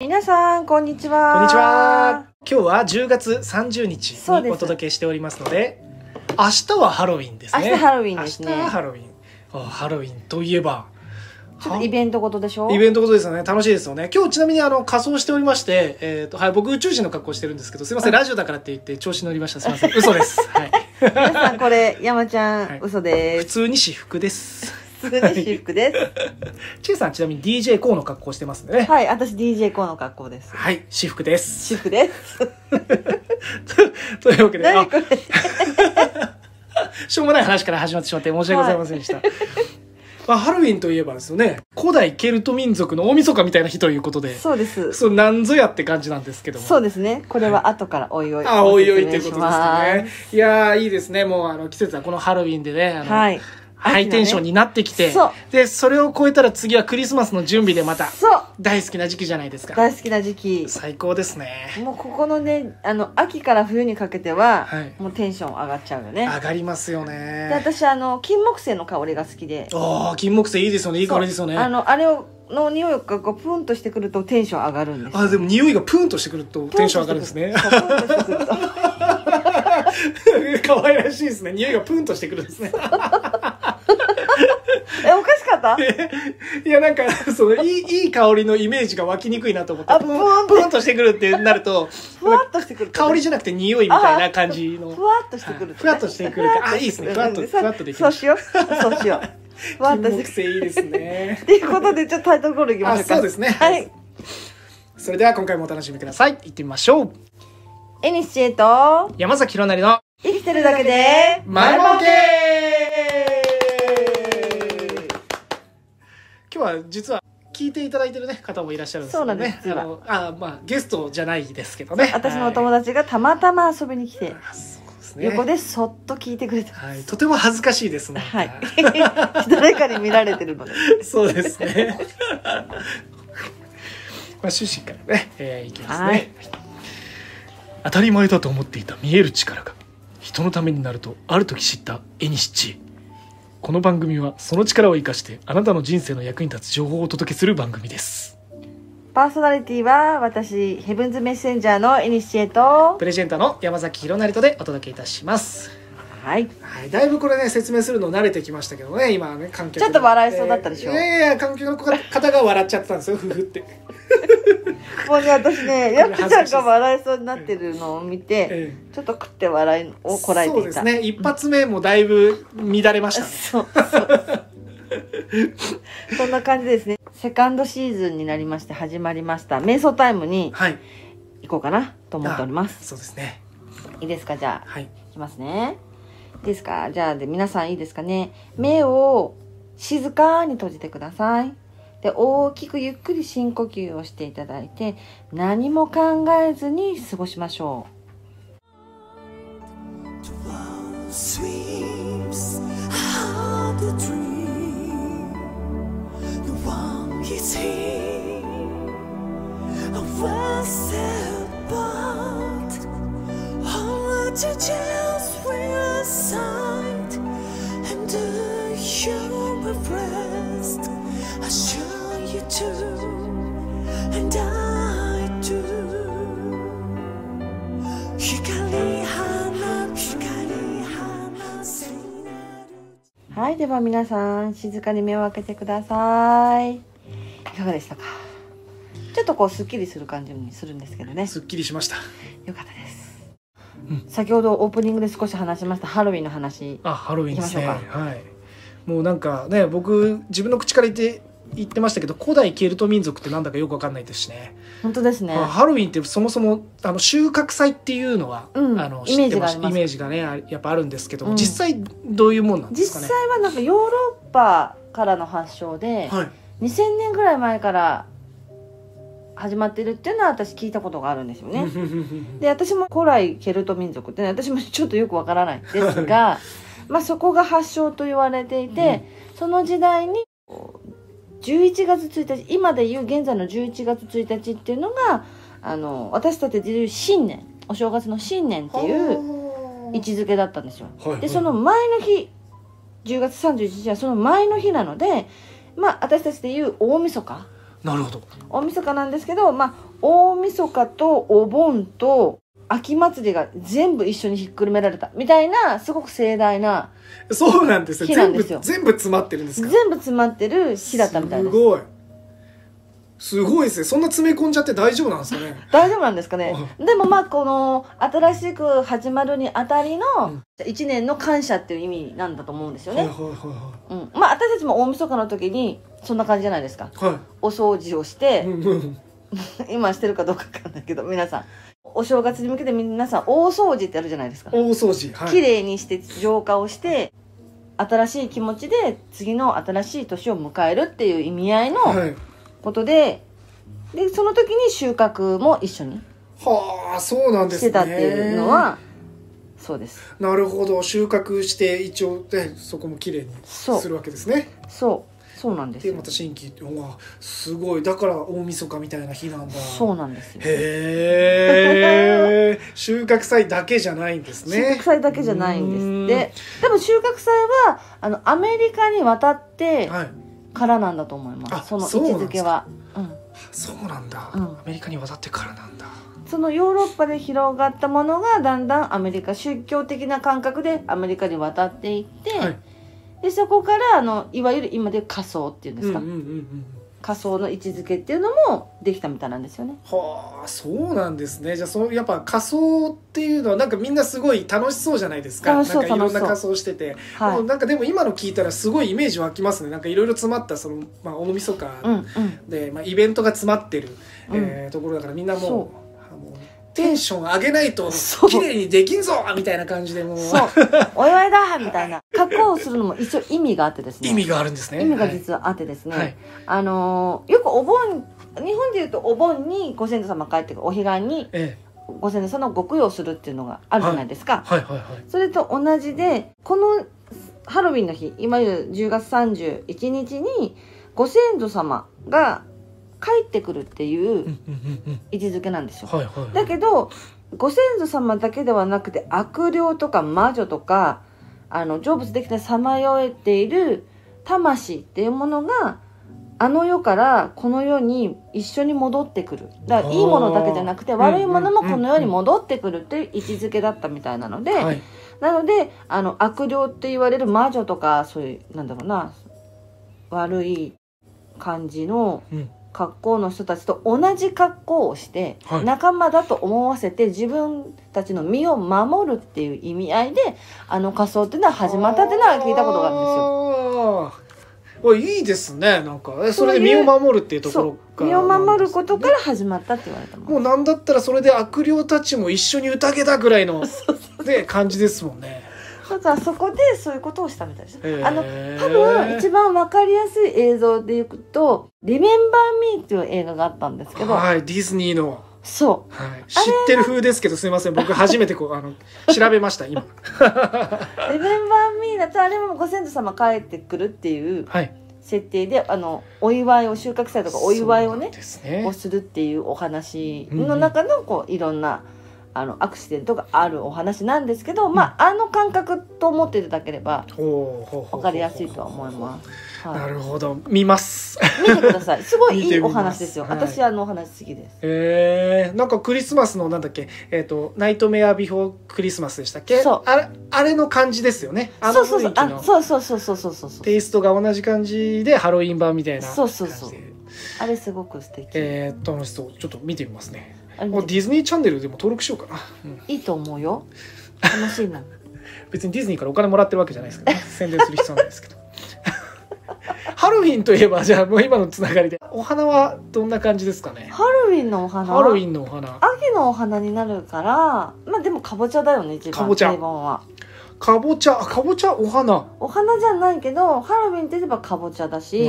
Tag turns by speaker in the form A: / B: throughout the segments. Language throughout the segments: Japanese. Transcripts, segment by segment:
A: 皆さん、こんにちは。
B: こんにちは。今日は10月30日
A: そうで
B: に
A: す
B: お届けしておりますので、明日はハロウィンですね。
A: 明日ハロウィンですね
B: 明日はハロウィン。あハロウィンといえば、
A: ちょっとイベントごとでしょ
B: イベントことですよね。楽しいですよね。今日ちなみにあの仮装しておりまして、えっ、と、はい、僕宇宙人の格好してるんですけど、すいません、ラジオだからって言って調子乗りました。すいませ ん、嘘です。はい。
A: 皆さん、これ、山ちゃん、
B: はい
A: 嘘
B: 普
A: です。
B: 通に私服です。
A: 普通に私服です。
B: ちえさんちなみに DJ コーの格好してますんでね。はい
A: はい、私 DJ コーの格好です。
B: 私服です。
A: 私服です。
B: というわけで、あ
A: 何これ
B: しょうもない話から始まってしまって申し訳ございませんでした。まあ、ハロウィンといえばですよね、古代ケルト民族の大晦日みたいな日ということで、
A: そうです。
B: そう、なんぞやって感じなんですけども。
A: そうですね。これは後からおいおい。
B: あ、おいおい
A: ご
B: っていう
A: 説
B: こと
A: 明し
B: です
A: ます
B: ね。。いやー、いいですね。もう、あの、季節はこのハロウィンでね、あの、
A: はい。
B: ハイテンションになってきて、
A: そう
B: で、それを超えたら次はクリスマスの準備でまた、
A: そう
B: 大好きな時期じゃないですか。
A: 大好きな時期。
B: 最高ですね。
A: もうここのね、あの、秋から冬にかけては、
B: はい
A: もうテンション上がっちゃうよね。
B: 上がりますよ
A: で、
B: ね。
A: 私、あの、金木犀の香りが好きで。
B: ああ、金木犀いいですよね。いい香りですよね。
A: そうあの、あれを、の匂いがこう、プンとしてくるとテンション上がるんですよ。
B: あ、でも匂いがプーンとしてくるとテンション上がるんですね。
A: そう。プンとしてくると
B: 可愛らしいですね。匂いがプーンとしてくるんですね。
A: え、おかしかった
B: いや、なんか、その、いい、いい香りのイメージが湧きにくいなと思って、
A: あ
B: プ
A: プーン
B: ーン、プーンとしてくるってなると、
A: ふわっとしてくるとね、
B: 香りじゃなくて匂いみたいな感じの。
A: ふわっとしてくる
B: はいふわっとしてくるあいいですねふわっとふわっとできま
A: そうしよう。そうしよう。ふわっと
B: 金
A: してく
B: 木
A: る。
B: 犀いいですね
A: っ。ていうことで、ちょっとタイトルコールいきましょうか。
B: あそうですね
A: はい。
B: それでは今回もお楽しみください。行ってみましょう。
A: エニシチエと、
B: 山崎ひろなりの、
A: 生きてるだけで、
B: 前もけ今日は実は、聞いていただいてるね方もいらっしゃるんですよね。
A: そうなんです実は
B: あのあ、まあ、ゲストじゃないですけどね。
A: 私のお友
B: はい
A: 達がたまたま遊びに来て、
B: あそうですね。
A: 横でそっと聞いてくれた。
B: はい、とても恥ずかしいですね。
A: はい。 誰かに見られてるので。
B: そうですね。 まあ、趣旨からね、えーいきますね、
A: はい
B: 当たり前だと思っていた見える力が人のためになるとある時知った絵にしちこの番組はその力を生かしてあなたの人生の役に立つ情報をお届けする番組です
A: パーソナリティは私、ヘブンズメッセンジャーのエニシエと
B: プ、レゼンターの山崎弘成とでお届けいたします
A: はい。
B: はい、だいぶこれね説明するの慣れてきましたけどね今はね観客
A: ちょっと笑いそうだったでしょ
B: えーいやいや観客の方が笑っちゃってたんですよふふって、
A: もうね、私 ね、
B: こ
A: や
B: れ
A: っち
B: 恥ず
A: ゃん
B: かしいです
A: が笑いそうになってるのを見て、
B: ええ
A: ちょっと食って笑いをこらえて
B: そう
A: い
B: で
A: た。
B: すね一発目もだいぶ乱れましたね
A: そうそう。そんな感じですね。セカンドシーズンになりまして始まりました。瞑想タイムに
B: はい
A: 行こうかなと思っております。
B: そうですね
A: いいですかじゃあ、
B: はい
A: いきますね。いいですかじゃあ、で、皆さんいいですかね。目を静かに閉じてください。で、大きくゆっくり深呼吸をしていただいて、何も考えずに過ごしましょう。
C: sweeps out the dream. No one is here. We're set apart. All the details were aside. And uh, you're impressed. I sure you do. And I do. 光放つ光放つ
A: はい、では皆さん、静かに目を開けてください。いかがでしたかちょっとこう、スッキリする感じにするんですけどね。
B: すっきりしました
A: よかったです。
B: うん
A: 先ほどオープニングで少し話しましたハロウィンの話。
B: あハロウィンですね
A: 行きましょ
B: はいもうなんかね僕自分の口から言って言ってましたけど古代ケルト民族ってなんだかよくわかんないですしね
A: 本当ですね。
B: まあハロウィンってそもそもあの収穫祭っていうのは、
A: うん
B: あの
A: イ
B: 知
A: メー
B: って
A: ジが
B: ま
A: あ
B: し
A: り
B: た
A: ます
B: イメージがねあやっぱあるんですけど、
A: うん
B: 実際どういうもんなんですか
A: 実
B: ね
A: 際はなんかヨーロッパからの発祥で、
B: はい
A: 2000年ぐらい前から始まってるっていうのは私聞いたことがあるんですよね。で私も古来ケルト民族ってね私もちょっとよくわからないんですがまあそこが発祥と言われていて、その時代にこう11月1日今でいう現在の11月1日っていうのがあの私たちでいう新年お正月の新年っていう位置づけだったんですよ。
B: はいはい
A: でその前の日10月31日はその前の日なのでまあ私たちでいう大晦日
B: なるほど
A: 大晦日なんですけど、まあ、大晦日とお盆と秋祭りが全部一緒にひっくるめられたみたいなすごく盛大な
B: そうなんですよ
A: 木なん
B: 全部
A: ですよ
B: 全部詰まってるんです
A: 全
B: か
A: 部詰まってる日だったみたいです
B: すごいすごいですねそんな詰め込んじゃって大丈夫なんですかね
A: 大丈夫なんですかねでもまあこの新しく始まるにあたりの1年の感謝っていう意味なんだと思うんですよ
B: はいはい
A: ね、
B: は
A: うん、まあ私たちも大晦日の時にそんな感じじゃないですか
B: いはいは
A: お掃除をし
B: い
A: て
B: うんうん
A: 今してるかどうかわかんないけど皆さんお正月に向けて皆さん大掃除ってあるじゃないですか
B: 大掃除はい
A: 綺麗にして浄化をして新しい気持ちで次の新しい年を迎えるっていう意味合い
B: は
A: の
B: い
A: ことで,、でその時に収穫も一緒に
B: はあそうなんです
A: し
B: ね
A: てたっていうのはそうです
B: なるほど収穫して一応でそこも綺麗に
A: そう
B: するわけですね
A: そうそうなんです
B: で
A: よ
B: また新規ってうわすごいだから大晦日みたいな日なんだ
A: そうなんですよ
B: へえ収穫祭だけじゃないんです
A: 収
B: ね
A: 穫祭だけじゃないんですってでも収穫祭はあのアメリカに渡って
B: うーんはい
A: からなんだと思いま
B: あ
A: すその
B: そうなん
A: 位
B: で
A: 置づ
B: すか
A: けはうん
B: そうなんだ、
A: うん
B: アメリカに渡ってからなんだ
A: そのヨーロッパで広がったものがだんだんアメリカ宗教的な感覚でアメリカに渡っていって、
B: はい
A: でそこからあのいわゆる今で仮想っていうんで
B: う
A: す
B: んう
A: か、
B: んうんうん
A: 仮想の位置づけっていうのもできたみたいなんですよね
B: はあそうなんですねじゃあそのやっぱ仮装っていうのはなんかみんなすごい楽しそうじゃないですか
A: 楽しそう
B: なんかいろん
A: 楽し
B: な
A: そう
B: 仮装してて、
A: はい、
B: もうなんかでも今の聞いたらすごいイメージ湧きますねなんかいろいろ詰まったその、まあ、大晦日
A: うんうん
B: で、まあ、イベントが詰まってる、
A: うん
B: えーところだからみんな
A: そ
B: もうあのテンション上げないと
A: そう
B: 綺麗にできんぞみたいな感じでもう
A: そうお祝いだみたいな格好をするのも一応意味があってですね
B: 意味があるんですね
A: 意味が実はあってですね、
B: はい
A: あのーよくお盆日本でいうとお盆にご先祖様帰ってくるお彼岸に
B: ええ
A: ご先祖様のご供養するっていうのがあるじゃないですか、
B: はいはいはい
A: それと同じでこのハロウィンの日今ゆる10月31日にご先祖様が帰ってくるっていううん
B: うんうんうん
A: 位置づけなんですよ、
B: はいはい
A: だけどご先祖様だけではなくて悪霊とか魔女とかあの成仏できてさまよえている魂っていうものがあの世からこの世に一緒に戻ってくるだからいいものだけじゃなくて
B: あー
A: 悪いものも
B: うんうん
A: この世に戻ってくるっていう位置づけだったみたいなので、
B: はい
A: なのであの悪霊って言われる魔女とかそういうなんだろうな悪い感じの
B: うん
A: 格好の人たちと同じ格好をして、
B: はい
A: 仲間だと思わせて自分たちの身を守るっていう意味合いであの仮装っていうのは始まったっていうのは聞いたことがあるんですよ。
B: あーおいいいですねなんかえそれで身を守るっていうところ
A: そう
B: が
A: 身を守ることから始まったって言われたも
B: も
A: ん
B: うなんだったらそれで悪霊たちも一緒に宴だぐらいの ね感じですもんね
A: だからそこでそういうことをしたみたいです
B: へー
A: あの多分一番わかりやすい映像でいくと「リメンバー・ミー」っていう映画があったんですけど、
B: はいディズニーの
A: そう
B: はい、知ってる風ですけどすみません僕初めてこうあの調べました今
A: レメンバーミーだとあれもご先祖様帰ってくるっていう
B: はい
A: 設定であのお祝いを収穫祭とかお祝いを
B: そう
A: ね
B: ですね
A: をするっていうお話の中のこういろんなあのアクシデントがあるお話なんですけど、まあ、あの感覚と思っていただければ
B: ほうほうほうほう
A: 分かりやすいとは思います、
B: な
A: は
B: るほど見ます
A: い、見てくださいすごい
B: 見
A: い
B: て
A: い
B: みま
A: お
B: す
A: 話ですよ、
B: はい
A: 私あのお話好きです
B: えー、なんかクリスマスのなんだっけ、えっとナイトメアビフォークリスマスでしたっけ
A: そう
B: あれあれの感じですよねあ
A: そ
B: の
A: うそうそ
B: 雰
A: う
B: 囲気
A: あ
B: の
A: そうそうそうそうそうそうそう
B: テイストが同じ感じでハロウィン版みたいな感じで
A: そうそうそうあれすごく素敵、
B: えー、楽しそうちょっと見てみますね
A: あれ
B: もうディズニーチャンネルでも登録しようかな、うん
A: いいと思うよ楽しいもん
B: 別にディズニーからお金もらってるわけじゃないです けどね、宣伝する必要ないですけどハロウィンといえばじゃあもう今のつながりでお花はどんな感じですかね
A: ハロウィンのお花
B: ハロウィンのお花
A: 秋のお花になるからまあでもかぼちゃだよね一
B: か
A: 番
B: ぼちゃ
A: 定番は
B: かぼちゃあかぼちゃお花は
A: お花じゃないけどハロウィンって言えばかぼちゃだ
B: い
A: し、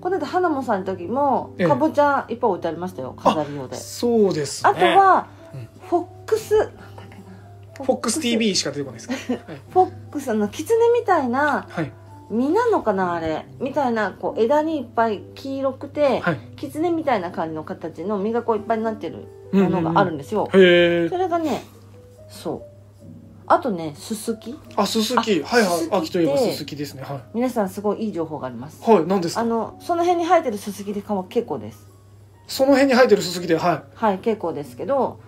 A: この間花もさんの時も
B: ええ
A: かぼちゃいっぱい置いてありましたよ飾り用で
B: そうです
A: あ
B: ね
A: とは、
B: うん
A: フォックスなんだっけな
B: フォックス TV しか出てこないですけどはい
A: フォックスあのキツネみたいな
B: はい
A: 実なのかなあれみたいなこう枝にいっぱい黄色くて、
B: はい
A: キツネみたいな感じの形の実がこういっぱいになってるものがあるんですよ、
B: へえ
A: それがねそうあとねすすき
B: あすすきはいは
A: スス
B: い
A: キ
B: 秋といえば
A: って
B: すすきですねは
A: 皆さんすごいいい情報があります
B: いはい何です
A: あ
B: か
A: のその辺に生えてるすすきでかも結構です
B: その辺に生えてるすすきでは
A: はい結構ですけど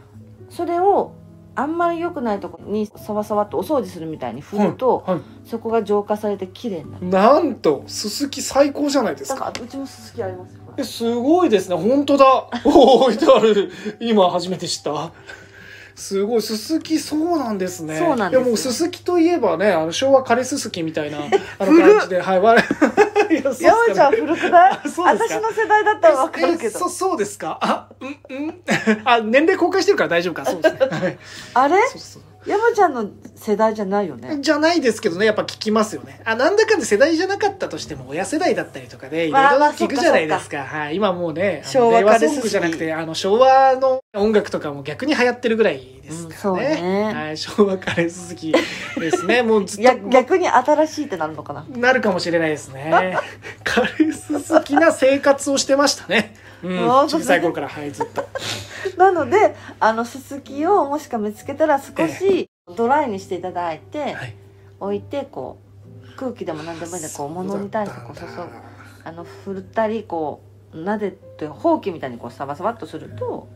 A: それをあんまり良くないとこにさわさわっとお掃除するみたいに
B: い
A: 振
B: は
A: る
B: い
A: と、
B: は
A: そこが浄化されて綺麗になる
B: いなんとすすき最高じゃないです
A: だ
B: か
A: からうちもすすきありますよ
B: えすごいですね本当だ おー置いてある今初めて知ったすごいすすきそうなんですね
A: そうなんですよ
B: いやもうすすきといえばねあの昭和枯れすすきみたいなあの
A: 古っ
B: 感じではい我々いやそうっすかね
A: 山ちゃん古くない
B: あ
A: 私
B: そうですか
A: の世代だったらわかるけ
B: えそ
A: ど
B: そうですかあうんうん あ年齢公開してるから大丈夫かそうですね、はい、
A: あれ
B: そうそう
A: 山ちゃんの世代じゃないよね
B: じゃないですけどねやっぱ聞きますよねあなんだかんだ世代じゃなかったとしても親世代だったりとかでいろい
A: まあ
B: ろ
A: まあ
B: 聞くじゃないですか,、はい、今もうねあの
A: 昭和
B: 令和
A: から
B: ソングじゃなくてあの昭和の音楽とかも逆に流行ってるぐらいですからね,、
A: うんそうね
B: はい、昭和から続きで すねもうずっ
A: や
B: と
A: 逆に新しいってなるのかな
B: なるかもしれないですねカレス好きな生活をしてましたね、うん、
A: 本当
B: 小さい頃からはいずっと
A: なのであのすすきをもしか見つけたら少しドライにしていただいて
B: はい
A: 置いてこう空気でも何でもいいんでこう物に対してこう注
B: そう
A: ぐ
B: だったんだ
A: あの振ったりこう撫でてほうきみたいにこうサバサバっとすると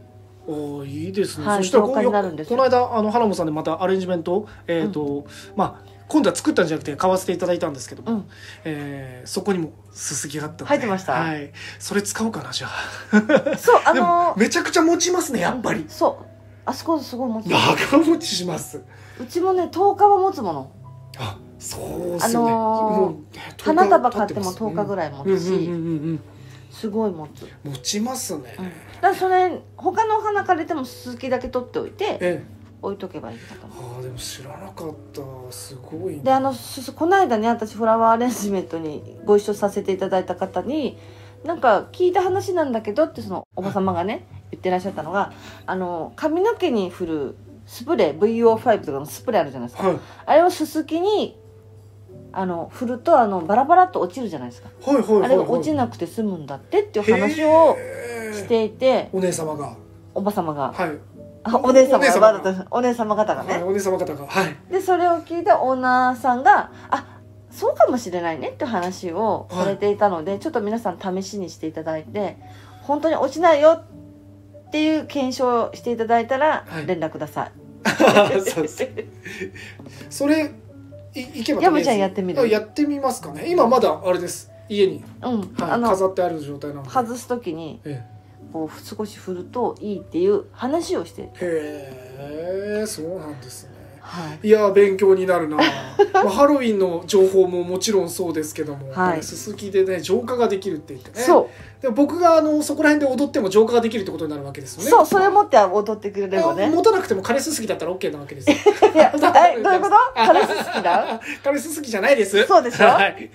B: おーいいですね、
A: はい
B: そしたら
A: 浄
B: こ
A: 化
B: う
A: になるんです
B: こ
A: よ
B: の間あの花本さんでまたアレンジメントをえっ、と、まあ今度は作ったんじゃなくて買わせていただいたんですけども、
A: うん
B: えーそこにもすすぎがあったので
A: 入ってました
B: はい、それ使おうかなじゃあ
A: そうあ
B: で
A: の
B: もめちゃくちゃ持ちますねやっぱり、
A: そうあそこすごい持つ
B: 長持ちします
A: うちもね10日は持つもの
B: あそうですよね、
A: あのー
B: もう
A: 花束買っても10日ぐ
B: らい
A: らい持つ
B: うんうん
A: し
B: うん
A: すごい持つ、
B: うん、持ちますね、
A: うん、だからそれ他のお花借りてもすすきだけ取っておいて
B: ええ
A: 置いとけばいいかと思う
B: ああでも知らなかったすごいな
A: であのすすこの間ね私フラワーアレンジメントにご一緒させていただいた方になんか聞いた話なんだけどってそのおば様がね言ってらっしゃったのがあの髪の毛に振るスプレー VO5 とかのスプレーあるじゃないですか
B: はい
A: あれをすすきにあの振るとあのバラバラっと落ちるじゃないですか
B: はいはいはい、はい、
A: あれが落ちなくて済むんだってっていう話を
B: へー
A: していて
B: お姉様が
A: おば様が
B: はい
A: あお姉様
B: お姉
A: が
B: 様が
A: わざとお姉様方がね
B: はい、お姉様方がはい
A: でそれを聞いたオーナーさんが「あそうかもしれないね」って話をされていたので、ちょっと皆さん試しにしていただいて本当に落ちないよっていう検証をしていただいたら
B: はい
A: 連絡くださ
B: そうです
A: い、
B: それいいけば
A: 山ちゃんやってみる
B: あやってみますかね今まだあれです家に、
A: うん
B: はい
A: あの
B: 飾ってある状態なので
A: 外す時に
B: え
A: こう少し振るといいっていう話をして、
B: えへえそうなんですね
A: はい、
B: いやー勉強に なるな、まあ、ハロウィンの情報ももちろんそうですけども、
A: はい
B: これすすきでね浄化ができるって言ってね
A: そう
B: でも僕があのそこら辺で踊っても浄化ができるってことになるわけですよね
A: そうそれ持って踊ってくれれば
B: あ
A: ね
B: 持たなくても彼すすきだったら OK なわ けですよ
A: いやえどういう こと彼氏好きだ
B: 彼すすきじゃないです
A: そうでしょ
B: はい、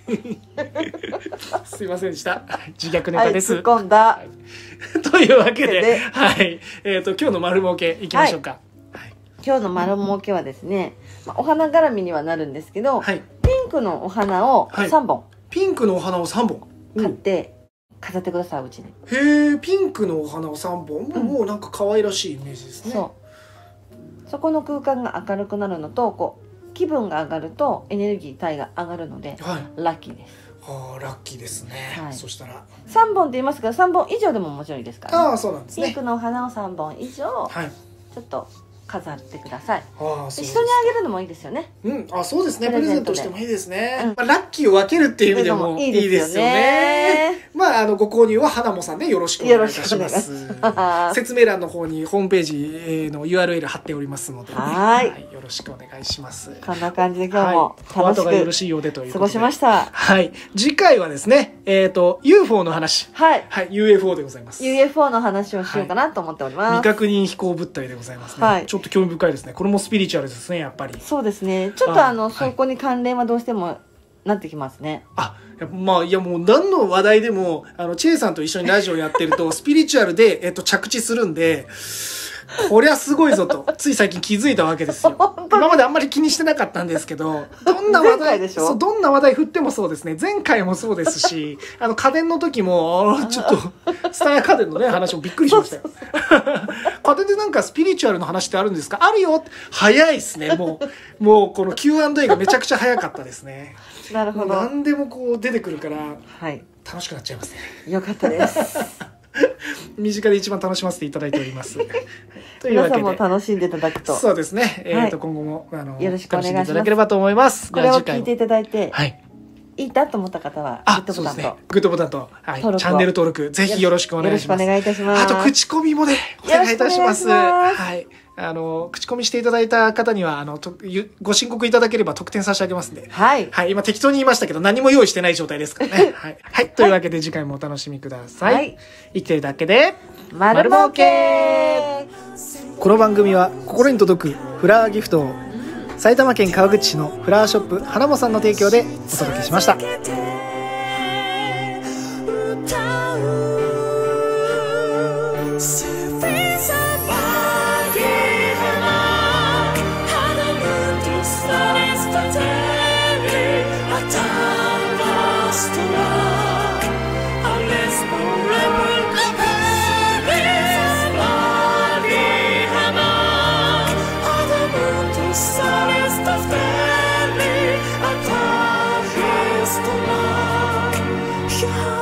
B: すいませんでした自 虐ネ
A: は
B: タ
A: い
B: です、
A: 突っ込んだ
B: というわけで
A: で
B: はいえー、と今日の丸儲けいきましょうかはい、
A: 今日の丸儲けはですね、まあ、お花絡みにはなるんですけど、
B: はい、
A: ピンクのお花を
B: はい
A: 3本
B: ピンクのお花を3本
A: 買って飾ってくださいうちに、
B: へえピンクのお花を3本、も
A: う
B: う
A: ん
B: もうなんか可愛らしいイメージですね
A: そうそこの空間が明るくなるのとこう気分が上がるとエネルギー体が上がるので
B: はい
A: ラッキーです
B: あーラッキーですね、
A: はい
B: そしたら
A: 3本って言いますけど3本以上でももちろんいいですから、ね、
B: ああそうなんです
A: ピン
B: ね
A: クのお花を3本以上
B: はい
A: ちょっと飾ってください
B: あ
A: で
B: あそうです
A: 人にあげるのもいいですよね
B: うん、あそうですねプ
A: プレ
B: レゼ
A: ゼ
B: ン
A: ン
B: ト
A: トで
B: してもいいですね、
A: うん
B: まあ、ラッキーを分けるっていう意味でもい
A: い
B: い
A: い
B: で
A: です
B: す
A: よ
B: よね
A: ね
B: まああのご購入は花もさんでよろしくお願いいたしま
A: よ
B: す
A: 願い
B: 説明欄の方にホームページの URL 貼っておりますので、
A: はい
B: よろしくお願いします
A: こんな感じで今日も
B: はい、お後がよろ
A: 楽し
B: しいようでという
A: く過
B: ことで
A: ごしました
B: はい次回はですねえっ、と UFO の話
A: はい
B: はい UFO でございます
A: UFO の話をしようかなと思っております、
B: 未確認飛行物体でございますね、
A: はい
B: ちょっと興味深いですねこれもスピリチュアルですねやっぱり
A: そうですねちょっとあの、
B: はい
A: そこに関連はどうしてもなってきますね
B: あやっぱまあいやもう何の話題でもあのチェイさんと一緒にラジオやってる とスピリチュアルで、えっと、着地するんでこりゃすごいぞとつい最近気づいたわけ ですよ今まであんまり気にしてなかったんですけどどんな話
A: 前回
B: 題
A: でしょ
B: そうどんな話題振ってもそうですね前回もそうです し あの家電の時もあのちょっとスター家電のね話もびっくりしましたよ家あれでなんかスピリチュアルの話ってあるんですかあるよって早いですねもうもうこの Q&A がめちゃくちゃ早かったですね
A: なる
B: も
A: ほ
B: う
A: ど
B: 何でもこう出てくるから
A: はい
B: 楽しくなっちゃいますね
A: よかったです
B: 身近で一番楽しませていただいており ます というわ
A: 皆
B: け
A: さん
B: で
A: も楽しんでいただくと
B: そうですね、えっ、と
A: はい
B: 今後もあの
A: よろしくお願いします
B: 楽んでいただければと思います
A: これ
B: で
A: を
B: は次回
A: 聞いていただいて、
B: はい
A: い、いなと思った方はグ
B: あ
A: ッド
B: そ
A: ボ
B: うで
A: タンと、
B: すねグッドボタンと、はい、チ
A: 登録を
B: ャンネル登録ぜひよろしくお願いし
A: よ
B: ま
A: ろ
B: す
A: しくお願いいたします
B: あと口コミもねお願いいたします
A: よろしくお願いします
B: はいあの口コミしていただいた方にはあのとゆご申告いただければ特典差し上げますんで
A: はい
B: はい今適当に言いましたけど何も用意してない状態で すからねはい、はい、というわけで次回もお楽しみください、
A: はい
B: 生きてるだけで
A: 丸儲け
B: この番組は心に届くフラワーギフトを埼玉県川口市のフラワーショップ花もさんの提供でお届けしました
C: 続けて歌う Surface of my heart 花のクリスタルスパテリアタンバストラック Alles forever Surface of my heart 花のクリスタルスパテリアタンバストラック Atah Christ, Lord,